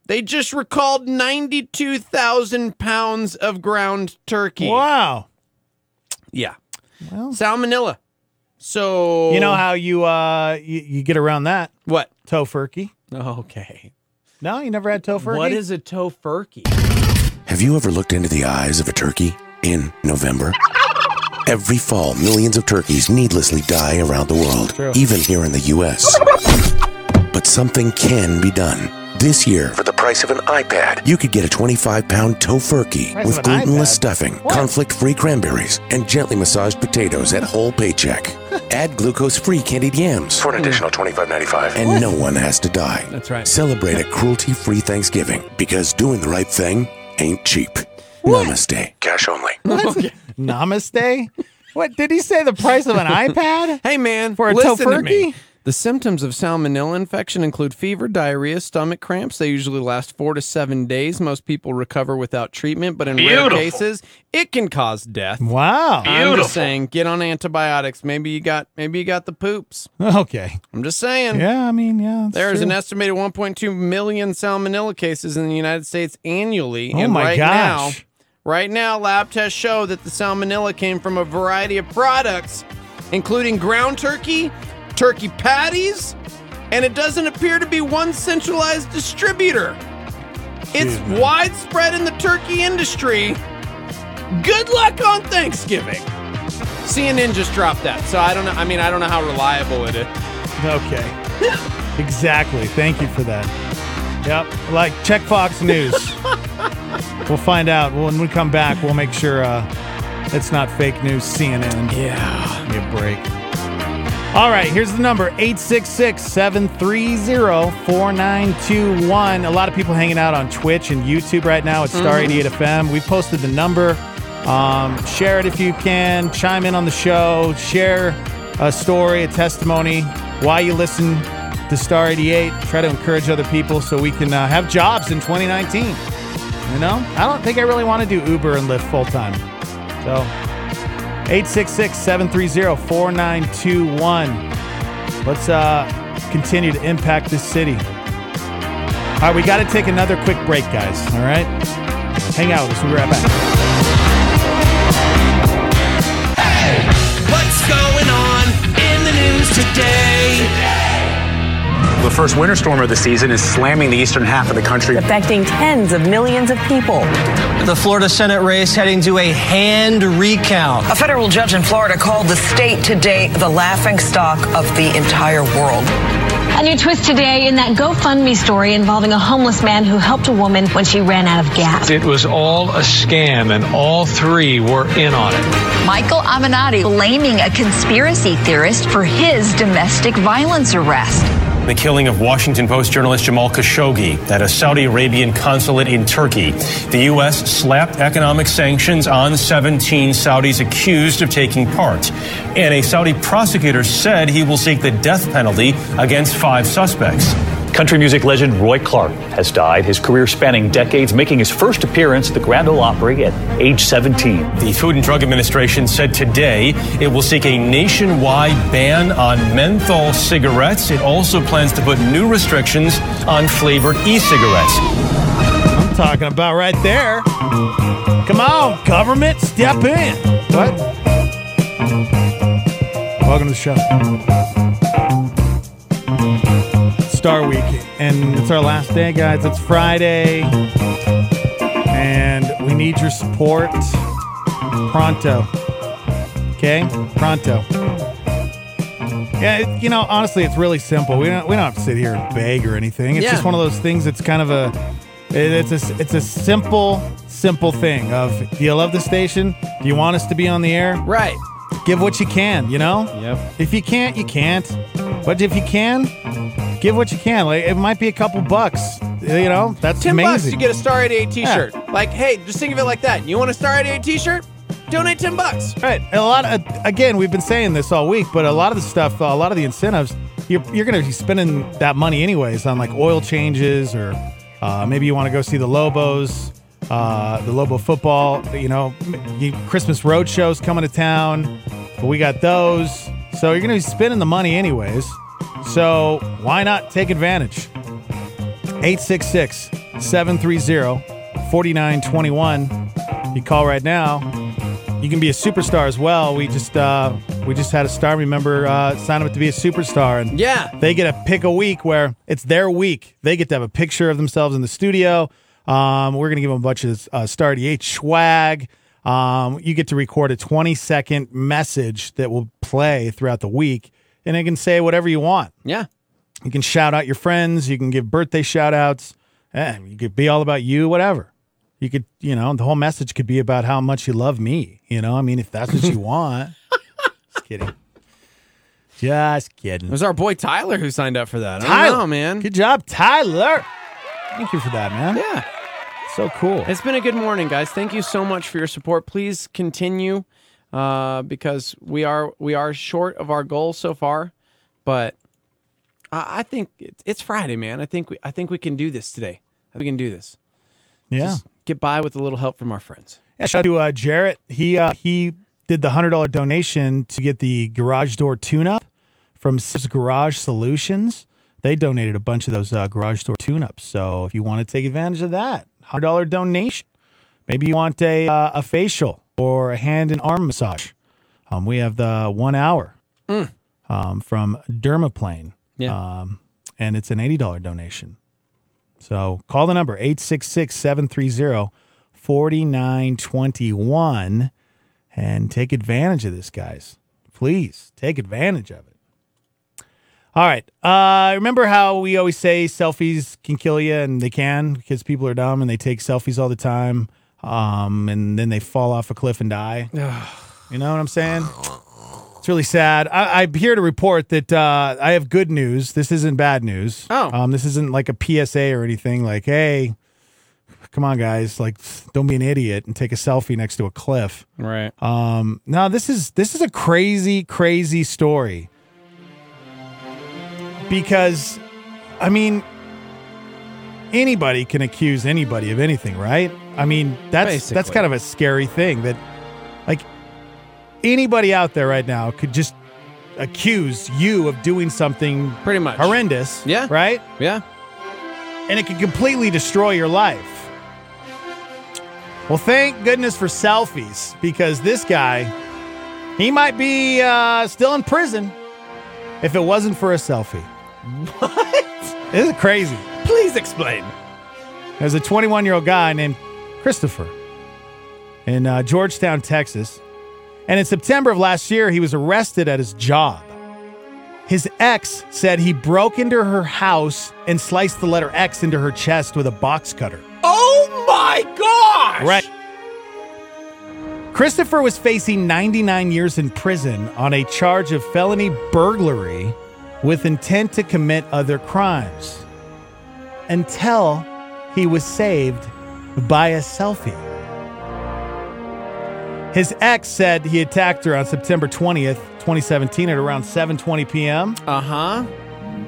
Speaker 5: They just recalled 92,000 pounds of ground turkey.
Speaker 4: Wow.
Speaker 5: Yeah.
Speaker 4: Well-
Speaker 5: Salmonella. So
Speaker 4: You know how you uh you, you get around that
Speaker 5: what?
Speaker 4: tofurkey?
Speaker 5: Okay.
Speaker 4: No, you never had tofurkey.
Speaker 5: What is a tofurkey?
Speaker 7: Have you ever looked into the eyes of a turkey in November? Every fall, millions of turkeys needlessly die around the world, even here in the U.S. But something can be done. This year, for the price of an iPad, you could get a 25 pound tofurkey
Speaker 4: Price
Speaker 7: with
Speaker 4: of an
Speaker 7: glutenless
Speaker 4: iPad?
Speaker 7: stuffing, conflict free cranberries, and gently massaged potatoes at whole paycheck. Add glucose free candied yams for an additional $25.95. And no one has to die.
Speaker 5: That's right.
Speaker 7: Celebrate a cruelty free Thanksgiving because doing the right thing ain't cheap. Namaste. Cash only.
Speaker 4: Namaste? what did he say? The price of an iPad?
Speaker 5: Hey man,
Speaker 4: For a
Speaker 5: listen to
Speaker 4: tofurkey?
Speaker 5: me. The symptoms of salmonella infection include fever, diarrhea, stomach cramps. They usually last four to seven days. Most people recover without treatment, but in rare cases, it can cause death.
Speaker 4: Wow.
Speaker 5: I'm just saying, get on antibiotics. Maybe you got maybe you got the poops.
Speaker 4: Okay.
Speaker 5: I'm just saying.
Speaker 4: Yeah, I mean, yeah.
Speaker 5: There is an
Speaker 4: an
Speaker 5: estimated 1.2 million salmonella cases in the United States annually.
Speaker 4: Oh
Speaker 5: and
Speaker 4: my
Speaker 5: right
Speaker 4: gosh.
Speaker 5: Now, right now, lab tests show that the salmonella came from a variety of products, including ground turkey, turkey patties, and it doesn't appear to be one centralized distributor. It's widespread in the turkey industry. Good luck on Thanksgiving. CNN just dropped that, so I don't know. I mean, I don't know how reliable it is.
Speaker 4: Okay. exactly. Thank you for that. Yep. Like check Fox News. we'll find out when we come back. We'll make sure uh, it's not fake news. CNN.
Speaker 5: Yeah.
Speaker 4: Give me a break. All right, here's the number 866 730 4921. A lot of people hanging out on Twitch and YouTube right now at Star 88 FM. We posted the number. Um, share it if you can. Chime in on the show. Share a story, a testimony, why you listen to Star 88. Try to encourage other people so we can uh, have jobs in 2019. You know, I don't think I really want to do Uber and Lyft full time. So 866-730-4921. Let's uh, continue to impact this city. All right, we got to take another quick break, guys. All right? Hang out with us. We'll be right back.
Speaker 8: What's going on in the news today?
Speaker 9: The first winter storm of the season is slamming the eastern half of the country.
Speaker 10: affecting tens of millions of people.
Speaker 8: The Florida Senate race heading to a hand recount.
Speaker 10: A federal judge in Florida called the state today the laughing stock of the entire world.
Speaker 11: A new twist today in that GoFundMe story involving a homeless man who helped a woman when she ran out of gas.
Speaker 12: It was all a scam, and all three were in on it.
Speaker 13: Michael Avenatti blaming a conspiracy theorist for his domestic violence arrest.
Speaker 14: The killing of Washington Post journalist Jamal Khashoggi at a Saudi Arabian consulate in Turkey. The U.S. slapped economic sanctions on 17 Saudis accused of taking part. And a Saudi prosecutor said he will seek the death penalty against five suspects.
Speaker 15: Country music legend Roy Clark has died, his career spanning decades, making his first appearance at the Grand Ole Opry at age 17.
Speaker 14: The Food and Drug Administration said today it will seek a nationwide ban on menthol cigarettes. It also plans to put new restrictions on flavored e cigarettes.
Speaker 4: I'm talking about right there. Come on, government, step in. What? Welcome to the show. Star Week, and it's our last day, guys. It's Friday, and we need your support pronto. Okay, pronto. Yeah, it- you know, honestly, it's really simple. We don't we don't have to sit here and beg or anything. It's
Speaker 5: Yeah.
Speaker 4: just one of those things. that's kind of a it- it's a it's a simple simple thing of do you love the station? Do you want us to be on the air?
Speaker 5: Right.
Speaker 4: Give what you can. You know.
Speaker 5: Yep.
Speaker 4: If you can't, you can't. But if you can, give what you can. Like it might be a couple bucks. You know, that's
Speaker 5: Ten
Speaker 4: amazing.
Speaker 5: bucks, you get a Star 88 T-shirt. Like, hey, just think of it like that. You want a Star 88 T-shirt? Donate ten bucks.
Speaker 4: Right. And a lot of again, we've been saying this all week, but a lot of the stuff, a lot of the incentives, you're, you're going to be spending that money anyways on like oil changes or uh, maybe you want to go see the Lobos, uh, the Lobo football. You know, m- you, Christmas road shows coming to town, but we got those, so you're going to be spending the money anyways. So why not take advantage? 866 730 4921. You call right now. You can be a superstar as well. We just uh, we just had a star member uh, sign up to be a superstar, and
Speaker 5: Yeah.
Speaker 4: they get to pick a week where it's their week. They get to have a picture of themselves in the studio. Um, we're gonna give them a bunch of uh, Star 88 swag. Um, you get to record a 20 second message that will play throughout the week, and it can say whatever you want.
Speaker 5: Yeah.
Speaker 4: You can shout out your friends. You can give birthday shout outs. And you could be all about you, whatever. You could, you know, the whole message could be about how much you love me. You know, I mean, if that's what you want. Just kidding. Just
Speaker 5: It
Speaker 4: kidding.
Speaker 5: was our boy Tyler who signed up for that. I
Speaker 4: Tyler,
Speaker 5: don't know, man.
Speaker 4: Good job, Tyler. Thank you for that, man.
Speaker 5: Yeah.
Speaker 4: So cool.
Speaker 5: It's been a good morning, guys. Thank you so much for your support. Please continue uh, because we are we are short of our goal so far, but I, I think it, it's Friday, man. I think we I think we can do this today. I think we can do this.
Speaker 4: yeah.
Speaker 5: Just get by with a little help from our friends.
Speaker 4: Yeah, shout out to uh, Jarrett. He uh, he did the hundred dollar donation to get the garage door tune up from Sibs Garage Solutions. They donated a bunch of those uh, garage door tune ups. So if you want to take advantage of that hundred dollar donation, maybe you want a uh, a facial or a hand and arm massage. Um, we have the one hour um, from Dermaplane.
Speaker 5: Mm. Yeah.
Speaker 4: Um, and it's an $80 donation. So call the number 866 730 4921 and take advantage of this, guys. Please take advantage of it. All right. Uh, remember how we always say selfies can kill you, and they can because people are dumb and they take selfies all the time, um, and then they fall off a cliff and die. you know what I'm saying? It's really sad. I, I'm here to report that uh, I have good news. This isn't bad news.
Speaker 5: Oh.
Speaker 4: um, this isn't like a PSA or anything. Like, hey, come on, guys, like, don't be an idiot and take a selfie next to a cliff.
Speaker 5: Right.
Speaker 4: Um, now this is this is a crazy, crazy story. Because I mean anybody can accuse anybody of anything, right? I mean, that's that's
Speaker 5: Basically.
Speaker 4: kind of a scary thing that like anybody out there right now could just accuse you of doing something
Speaker 5: Pretty much.
Speaker 4: horrendous.
Speaker 5: Yeah.
Speaker 4: Right?
Speaker 5: Yeah.
Speaker 4: and it can completely destroy your life. Well, thank goodness for selfies because this guy, he might be uh, still in prison if it wasn't for a selfie. What? This is crazy.
Speaker 5: Please explain.
Speaker 4: There's a 21 year old guy named Christopher in uh, Georgetown, Texas. And in September of last year, he was arrested at his job. His ex said he broke into her house and sliced the letter X into her chest with a box cutter.
Speaker 5: Oh my gosh!
Speaker 4: Right. Christopher was facing 99 years in prison on a charge of felony burglary with intent to commit other crimes until he was saved by a selfie. His ex said he attacked her on September 20th, 2017 at around 7:20 p.m.
Speaker 5: Uh-huh.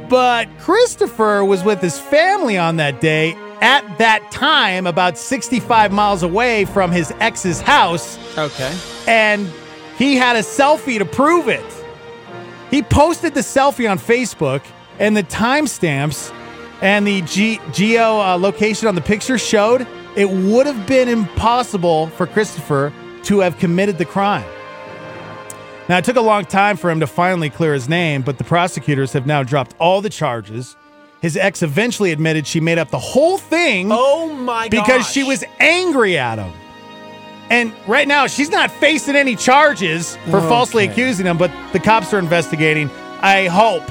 Speaker 4: But Christopher was with his family on that day at that time about 65 miles away from his ex's house
Speaker 5: Okay.
Speaker 4: and he had a selfie to prove it. He posted the selfie on Facebook, and the timestamps and the ge- geo uh, location on the picture showed it would have been impossible for Christopher to have committed the crime. Now, it took a long time for him to finally clear his name, but the prosecutors have now dropped all the charges. His ex eventually admitted she made up the whole thing
Speaker 5: Oh my gosh.
Speaker 4: because she was angry at him. And right now, she's not facing any charges for falsely
Speaker 5: Okay.
Speaker 4: accusing him, but the cops are investigating. I hope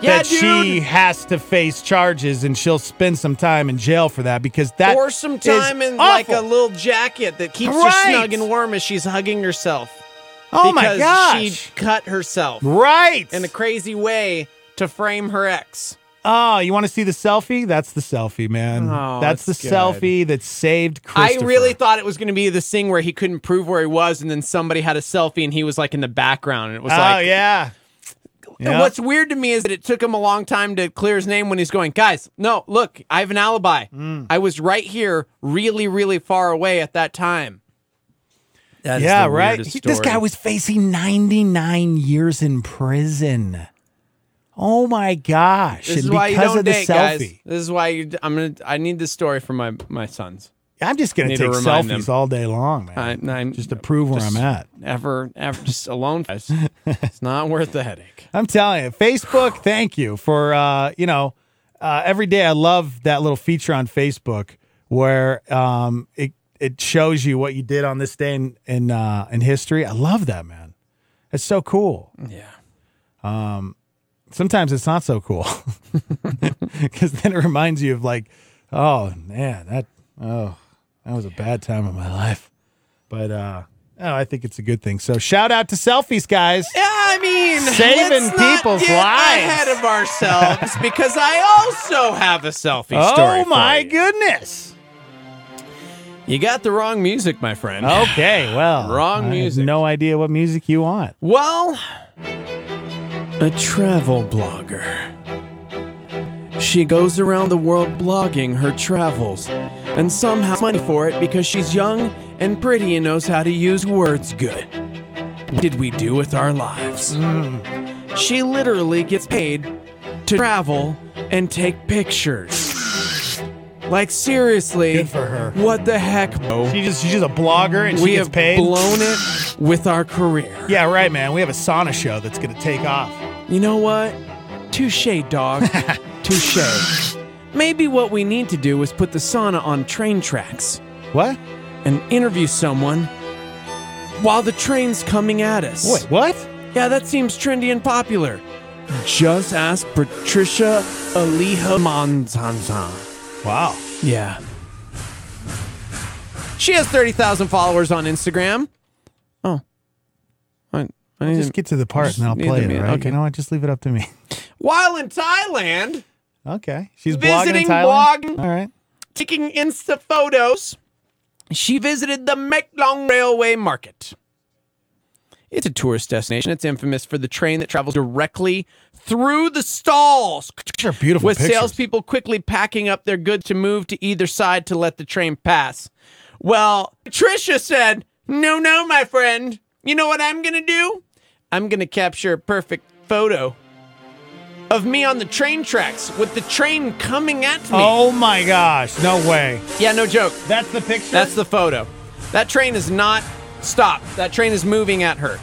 Speaker 5: Yeah,
Speaker 4: that she
Speaker 5: dude.
Speaker 4: has to face charges and she'll spend some time in jail for that because that
Speaker 5: or some time
Speaker 4: is
Speaker 5: in like a
Speaker 4: awful.
Speaker 5: little jacket that keeps
Speaker 4: Right.
Speaker 5: her snug and warm as she's hugging herself.
Speaker 4: Oh my
Speaker 5: because
Speaker 4: gosh.
Speaker 5: She cut herself
Speaker 4: right.
Speaker 5: in a crazy way to frame her ex.
Speaker 4: oh, you want to see the selfie? That's the selfie, man.
Speaker 5: Oh,
Speaker 4: that's the
Speaker 5: that's good.
Speaker 4: selfie that saved
Speaker 5: I
Speaker 4: Christopher.
Speaker 5: really thought it was going to be this thing where he couldn't prove where he was, and then somebody had a selfie and he was like in the background, and it was
Speaker 4: oh
Speaker 5: like,
Speaker 4: yeah.
Speaker 5: And
Speaker 4: Yep.
Speaker 5: what's weird to me is that it took him a long time to clear his name when he's going, guys, no, look, I have an alibi.
Speaker 4: Mm.
Speaker 5: I was right here, really, really far away at that time. That is
Speaker 4: yeah,
Speaker 5: the
Speaker 4: right.
Speaker 5: weirdest
Speaker 4: He- this
Speaker 5: story.
Speaker 4: guy was facing 99 years in prison. Oh my gosh!
Speaker 5: This is
Speaker 4: and
Speaker 5: why you
Speaker 4: because
Speaker 5: don't
Speaker 4: of the
Speaker 5: date,
Speaker 4: selfie,
Speaker 5: guys. This is why you, d- I'm gonna. I need this story for my my sons.
Speaker 4: I'm just gonna
Speaker 5: Need to
Speaker 4: take
Speaker 5: remind
Speaker 4: selfies
Speaker 5: them.
Speaker 4: all day long, man.
Speaker 5: I, I'm
Speaker 4: just to prove where
Speaker 5: just
Speaker 4: I'm at.
Speaker 5: Ever, ever, just alone. guys. it's not worth the headache.
Speaker 4: I'm telling you, Facebook. thank you for uh, you know uh, every day. I love that little feature on Facebook where um, it it shows you what you did on this day in in, uh, in history. I love that, man. It's so cool.
Speaker 5: Yeah.
Speaker 4: Um, sometimes it's not so cool because then it reminds you of like, oh man, that oh that was a bad time of my life. But uh, no, I think it's a good thing. So shout out to selfies, guys.
Speaker 5: Yeah, I mean,
Speaker 4: Saving
Speaker 5: let's not
Speaker 4: people's
Speaker 5: get
Speaker 4: lives.
Speaker 5: ahead of ourselves because I also have a selfie story.
Speaker 4: Oh
Speaker 5: for
Speaker 4: my
Speaker 5: you.
Speaker 4: goodness.
Speaker 5: You got the wrong music, my friend.
Speaker 4: Okay, well,
Speaker 5: Wrong
Speaker 4: I have
Speaker 5: music.
Speaker 4: no idea what music you want.
Speaker 5: Well, a travel blogger. She goes around the world blogging her travels and somehow has money for it because she's young and pretty and knows how to use words good. What did we do with our lives? She literally gets paid to travel and take pictures. Like seriously,
Speaker 4: Good for her.
Speaker 5: what the heck, bro?
Speaker 4: She just she's just a blogger and
Speaker 5: we
Speaker 4: she gets
Speaker 5: have
Speaker 4: paid.
Speaker 5: blown it with our career.
Speaker 4: yeah, right, man. We have a sauna show that's gonna take off.
Speaker 5: You know what? Touche, dog. Touche. Maybe what we need to do is put the sauna on train tracks
Speaker 4: What?
Speaker 5: and interview someone while the train's coming at us.
Speaker 4: Wait, what?
Speaker 5: Yeah, that seems trendy and popular. Just ask Patricia Aliha Manzanza.
Speaker 4: Wow.
Speaker 5: Yeah. She has 30,000 followers on Instagram. Oh. I, I need
Speaker 4: Just
Speaker 5: to-
Speaker 4: get to the part
Speaker 5: Just
Speaker 4: and I'll
Speaker 5: need to
Speaker 4: play it.
Speaker 5: be-
Speaker 4: Right?
Speaker 5: okay.
Speaker 4: You know what? Just leave it up to me.
Speaker 5: While in Thailand,
Speaker 4: Okay. She's blogging.
Speaker 5: Visiting
Speaker 4: in Thailand?
Speaker 5: blogging.
Speaker 4: All right.
Speaker 5: taking Insta photos, she visited the Meklong Railway Market. It's a tourist destination. It's infamous for the train that travels directly through the stalls,
Speaker 4: These are beautiful
Speaker 5: with
Speaker 4: pictures.
Speaker 5: salespeople quickly packing up their goods to move to either side to let the train pass. Well, Patricia said, No, no, my friend. You know what I'm going to do? I'm going to capture a perfect photo of me on the train tracks with the train coming at me.
Speaker 4: Oh my gosh, no way.
Speaker 5: Yeah, no joke.
Speaker 4: That's the picture?
Speaker 5: That's the photo. That train is not stopped. That train is moving at her.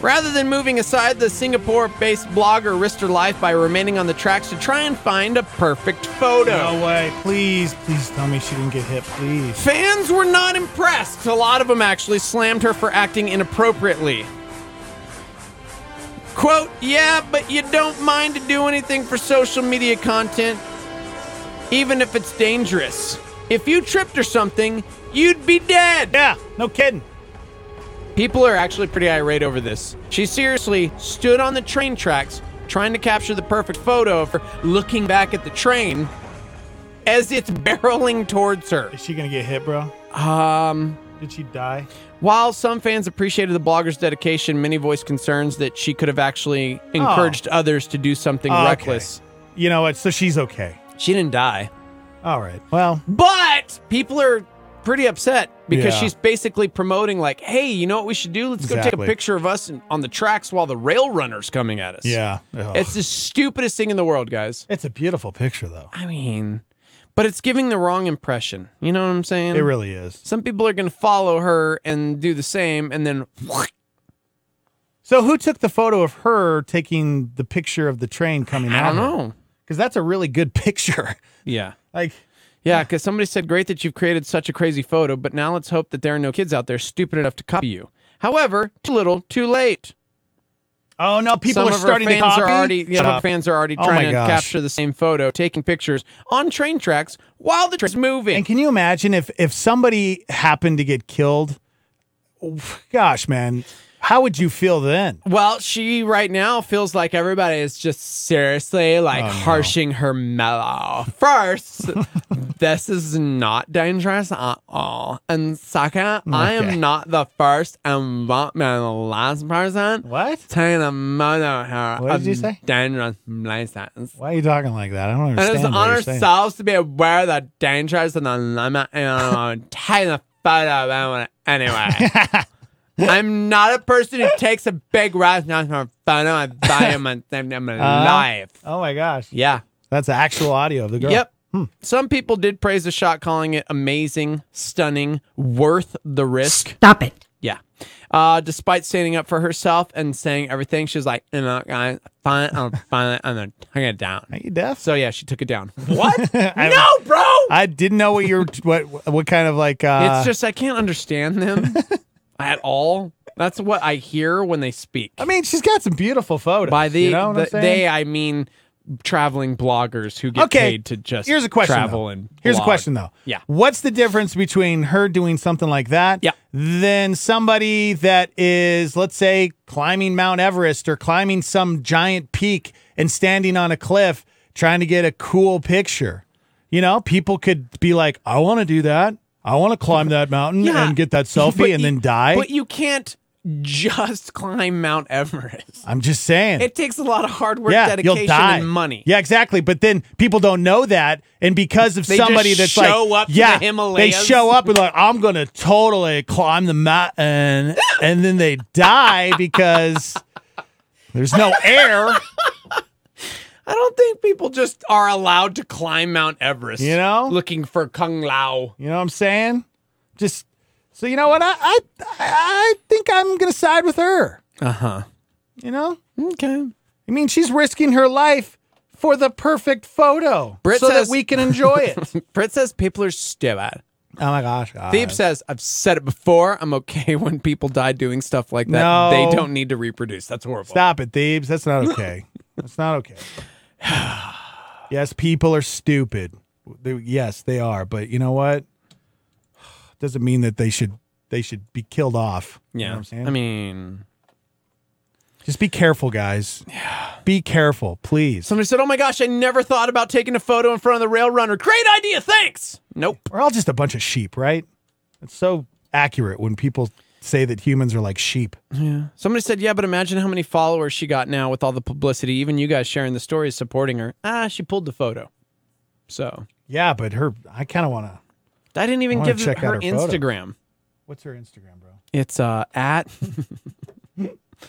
Speaker 5: Rather than moving aside, the Singapore based blogger risked her life by remaining on the tracks to try and find a perfect photo.
Speaker 4: No way. Please, please tell me she didn't get hit, please.
Speaker 5: Fans were not impressed. A lot of them actually slammed her for acting inappropriately. Quote, yeah, but you don't mind to do anything for social media content, even if it's dangerous. If you tripped or something, you'd be dead.
Speaker 4: Yeah, no kidding.
Speaker 5: People are actually pretty irate over this. She seriously stood on the train tracks trying to capture the perfect photo of her looking back at the train as it's barreling towards her.
Speaker 4: Is she gonna get hit, bro?
Speaker 5: Um,
Speaker 4: Did she die?
Speaker 5: while some fans appreciated the blogger's dedication, many voiced concerns that she could have actually encouraged others to do something
Speaker 4: Oh, okay.
Speaker 5: reckless.
Speaker 4: You know what? So she's okay.
Speaker 5: She didn't die.
Speaker 4: All right. Well,
Speaker 5: But people are pretty upset because
Speaker 4: Yeah.
Speaker 5: she's basically promoting like, "Hey, you know what we should do? Let's go
Speaker 4: Exactly.
Speaker 5: take a picture of us in, on the tracks while the rail runner's coming at us."
Speaker 4: yeah. Ugh.
Speaker 5: It's the stupidest thing in the world, guys.
Speaker 4: It's a beautiful picture, though.
Speaker 5: I mean, but it's giving the wrong impression. You know what I'm saying?
Speaker 4: It really is.
Speaker 5: Some people are going to follow her and do the same, and then
Speaker 4: So, who took the photo of her taking the picture of the train coming
Speaker 5: I
Speaker 4: out?
Speaker 5: don't know.
Speaker 4: Because that's a really good picture.
Speaker 5: Yeah.
Speaker 4: like,
Speaker 5: Yeah, because somebody said, Great that you've created such a crazy photo, but now let's hope that there are no kids out there stupid enough to copy you. However, too little, too late.
Speaker 4: oh no, people
Speaker 5: some
Speaker 4: are
Speaker 5: of her
Speaker 4: starting
Speaker 5: fans
Speaker 4: to copy.
Speaker 5: Are already,
Speaker 4: Shut
Speaker 5: some of her
Speaker 4: up.
Speaker 5: fans are already
Speaker 4: Oh my
Speaker 5: trying to
Speaker 4: gosh.
Speaker 5: capture the same photo, taking pictures on train tracks while the train's moving.
Speaker 4: And can you imagine if if somebody happened to get killed? Gosh, man, how would you feel then?
Speaker 5: Well, she right now feels like everybody is just seriously
Speaker 4: Oh,
Speaker 5: like harshing her mellow. First, this is not dangerous at all. And second, I
Speaker 4: Okay.
Speaker 5: am not the first and won't be the last person
Speaker 4: What?
Speaker 5: taking a photo here.
Speaker 4: What did you
Speaker 5: of
Speaker 4: say?
Speaker 5: Dangerous license.
Speaker 4: Why are you talking like that? I don't
Speaker 5: And it's
Speaker 4: understand.
Speaker 5: on
Speaker 4: what you're saying.
Speaker 5: ourselves to be aware of the dangers and the limit and taking a photo of anyone anyway. I'm not a person who takes a big risk not for a photo and value my, my, my
Speaker 4: Uh,
Speaker 5: life.
Speaker 4: Oh my gosh,
Speaker 5: Yeah.
Speaker 4: that's the actual audio of the girl.
Speaker 5: Yep. Some people did praise the shot, calling it amazing, stunning, worth the risk.
Speaker 16: Stop it.
Speaker 5: Yeah. Uh, despite standing up for herself and saying everything, she was like, you know, guys, fine, I'm fine, I'm gonna hang it down.
Speaker 4: Are you deaf?
Speaker 5: So yeah, she took it down. What?
Speaker 4: I-
Speaker 5: no, bro.
Speaker 4: I didn't know what you're what what kind of like. Uh,
Speaker 5: It's just I can't understand them at all. That's what I hear when they speak.
Speaker 4: I mean, she's got some beautiful photos.
Speaker 5: By the,
Speaker 4: you know what I'm
Speaker 5: the-
Speaker 4: saying?
Speaker 5: they, I mean traveling bloggers who get
Speaker 4: okay.
Speaker 5: paid to just
Speaker 4: here's a question.
Speaker 5: travel
Speaker 4: though.
Speaker 5: and
Speaker 4: here's a
Speaker 5: blog.
Speaker 4: question though.
Speaker 5: Yeah.
Speaker 4: What's the difference between her doing something like that
Speaker 5: Yeah.
Speaker 4: than somebody that is, let's say, climbing Mount Everest or climbing some giant peak and standing on a cliff trying to get a cool picture? You know, people could be like, I want to do that. I want to climb that mountain
Speaker 5: Yeah.
Speaker 4: and get that
Speaker 5: But
Speaker 4: selfie and
Speaker 5: you-
Speaker 4: then die.
Speaker 5: But you can't just climb Mount Everest.
Speaker 4: I'm just saying.
Speaker 5: It takes a lot of hard work, dedication, and money.
Speaker 4: Yeah, exactly. But then people don't know that, and because of
Speaker 5: They just
Speaker 4: somebody that's like,
Speaker 5: show up to the
Speaker 4: yeah, they
Speaker 5: Himalayas.
Speaker 4: show up and like, I'm gonna totally climb the mountain, and then they die because there's no air.
Speaker 5: I don't think people just are allowed to climb Mount Everest.
Speaker 4: You know?
Speaker 5: looking for Kung Lao.
Speaker 4: You know what I'm saying? Just so you know what I I I think I'm gonna side with her.
Speaker 5: Uh huh.
Speaker 4: You know,
Speaker 5: Okay.
Speaker 4: I mean, she's risking her life for the perfect photo,
Speaker 5: Brit
Speaker 4: so
Speaker 5: says-
Speaker 4: that we can enjoy it.
Speaker 5: Britt says people are stupid.
Speaker 4: oh my gosh, guys.
Speaker 5: Thebe says, I've said it before. I'm okay when people die doing stuff like that.
Speaker 4: No.
Speaker 5: They don't need to reproduce. That's horrible.
Speaker 4: Stop it, Thebes. That's not okay. That's not okay. yes, people are stupid. They- yes, they are. But you know what? Doesn't mean that they should they should be killed off. You know
Speaker 5: Yeah.
Speaker 4: what I'm saying?
Speaker 5: I mean,
Speaker 4: just be careful, guys. Be careful, please.
Speaker 5: somebody said, Oh my gosh, I never thought about taking a photo in front of the rail runner. Great idea. Thanks. Nope.
Speaker 4: We're all just a bunch of sheep, right? It's so accurate when people say that humans are like sheep.
Speaker 5: Yeah. Somebody said, Yeah, but imagine how many followers she got now with all the publicity. Even you guys sharing the stories, supporting her. Ah, she pulled the photo. So
Speaker 4: Yeah, but her I kind of want to
Speaker 5: I didn't even
Speaker 4: I wanna
Speaker 5: give
Speaker 4: check
Speaker 5: her,
Speaker 4: out her photo.
Speaker 5: Instagram.
Speaker 4: What's her Instagram, bro?
Speaker 5: It's uh, at. nope.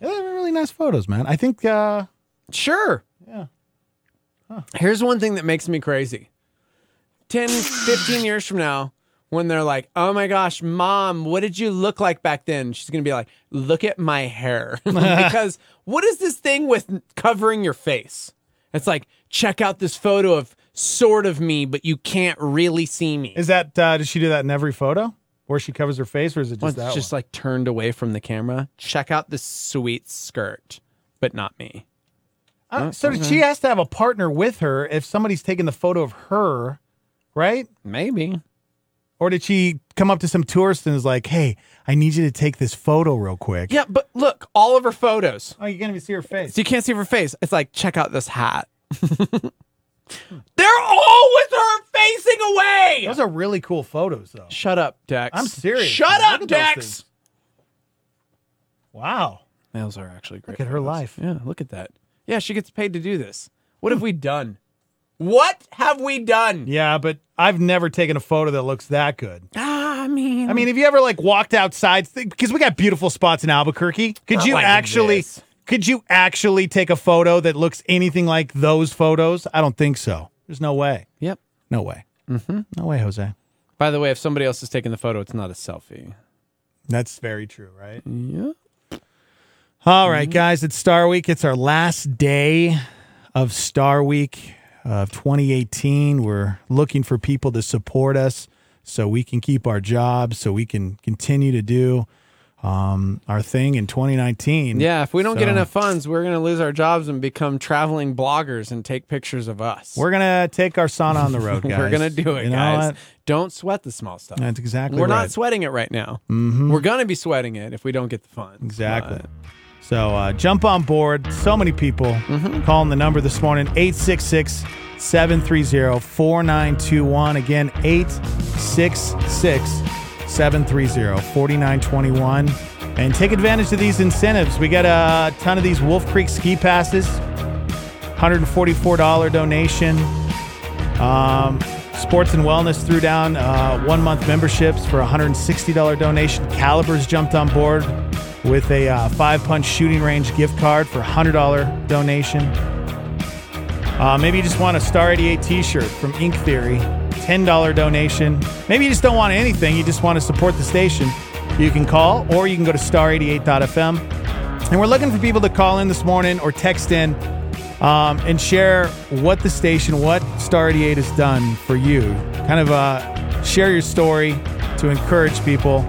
Speaker 4: Yeah, they were really nice photos, man. I think uh
Speaker 5: Sure.
Speaker 4: Yeah.
Speaker 5: Here's one thing that makes me crazy 10, 15 years from now, when they're like, oh my gosh, mom, what did you look like back then? She's going to be like, look at my hair. because what is this thing with covering your face? It's like, check out this photo of sort of me, but you can't really see me.
Speaker 4: Is that uh, does she do that in every photo, where she covers her face, or is it just
Speaker 5: Well, it's
Speaker 4: that?
Speaker 5: just like turned away from the camera. Check out this sweet skirt, but not me.
Speaker 4: one? Uh, so
Speaker 5: uh-huh.
Speaker 4: she has to have a partner with her if somebody's taking the photo of her, right?
Speaker 5: Maybe.
Speaker 4: Or did she come up to some tourist and is like, "Hey, I need you to take this photo real quick"?
Speaker 5: Yeah, but look, all of her photos.
Speaker 4: Oh, you can't even see her face.
Speaker 5: So you can't see her face. It's like, check out this hat. They're all with her facing away.
Speaker 4: Those are really cool photos, though.
Speaker 5: Shut up, Dex.
Speaker 4: I'm serious.
Speaker 5: Shut
Speaker 4: Look at
Speaker 5: up,
Speaker 4: those
Speaker 5: Dex.
Speaker 4: things. Wow.
Speaker 5: Those are actually great.
Speaker 4: Look at her life.
Speaker 5: Yeah, look at that. Yeah, she gets paid to do this. What have we done? What have we done?
Speaker 4: Yeah, but I've never taken a photo that looks that good.
Speaker 5: Ah, I mean,
Speaker 4: I mean, have you ever like walked outside? Because we got beautiful spots in Albuquerque. Could
Speaker 5: Not
Speaker 4: you
Speaker 5: like
Speaker 4: actually?
Speaker 5: this.
Speaker 4: Could you actually take a photo that looks anything like those photos? I don't think so. There's no way.
Speaker 5: Yep.
Speaker 4: No way.
Speaker 5: Mhm.
Speaker 4: No way, Jose.
Speaker 5: By the way, if somebody else is taking the photo, it's not a selfie.
Speaker 4: That's very true, right?
Speaker 5: Yeah.
Speaker 4: All right, guys, it's Star Week. It's our last day of Star Week of 2018. We're looking for people to support us so we can keep our jobs, so we can continue to do um, our thing in 2019.
Speaker 5: Yeah, if we don't get
Speaker 4: So-
Speaker 5: enough funds, we're going to lose our jobs and become traveling bloggers and take pictures of us.
Speaker 4: We're gonna take our sauna on the road, guys.
Speaker 5: We're going to do it,
Speaker 4: You know
Speaker 5: guys.
Speaker 4: what?
Speaker 5: Don't sweat the small stuff.
Speaker 4: That's exactly
Speaker 5: We're not
Speaker 4: right.
Speaker 5: sweating it right now.
Speaker 4: Mhm.
Speaker 5: We're going to be sweating it if we don't get the funds.
Speaker 4: Exactly. So uh, jump on board. So many people calling the number this morning 866 730 4921. Again, 866 730 4921. And take advantage of these incentives. We got a ton of these Wolf Creek ski passes. $144 donation. Um, Sports and Wellness threw down uh, one month memberships for $160 donation. Calibers jumped on board with a uh, five punch shooting range gift card for $100 donation. Uh, maybe you just want a Star 88 t shirt from Ink Theory, $10 donation. Maybe you just don't want anything, you just want to support the station. You can call or you can go to star88.fm. And we're looking for people to call in this morning or text in um, and share what the station, what Star 88 has done for you. Kind of uh, share your story to encourage people.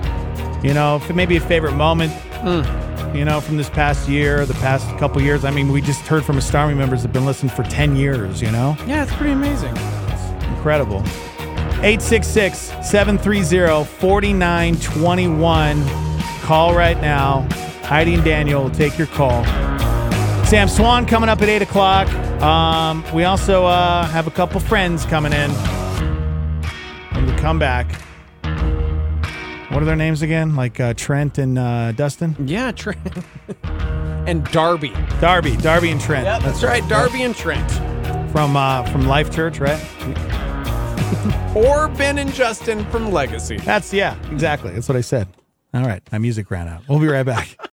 Speaker 4: You know, if it may be a favorite moment, you know, from this past year, the past couple years. I mean, we just heard from Astronomy members that have been listening for 10 years, you know?
Speaker 5: Yeah, it's pretty amazing.
Speaker 4: Incredible. 866 730 4921. Call right now. Heidi and Daniel will take your call. Sam Swan coming up at 8 o'clock. Um, we also uh, have a couple friends coming in. When we come back, what are their names again? Like uh, Trent and uh, Dustin?
Speaker 5: Yeah, Trent. and Darby.
Speaker 4: Darby. Darby and Trent.
Speaker 5: Yeah, that's right. Darby and Trent.
Speaker 4: From, uh, from Life Church, right?
Speaker 5: Or Ben and Justin from Legacy.
Speaker 4: That's yeah, exactly. That's what I said. All right, my music ran out. We'll be right back.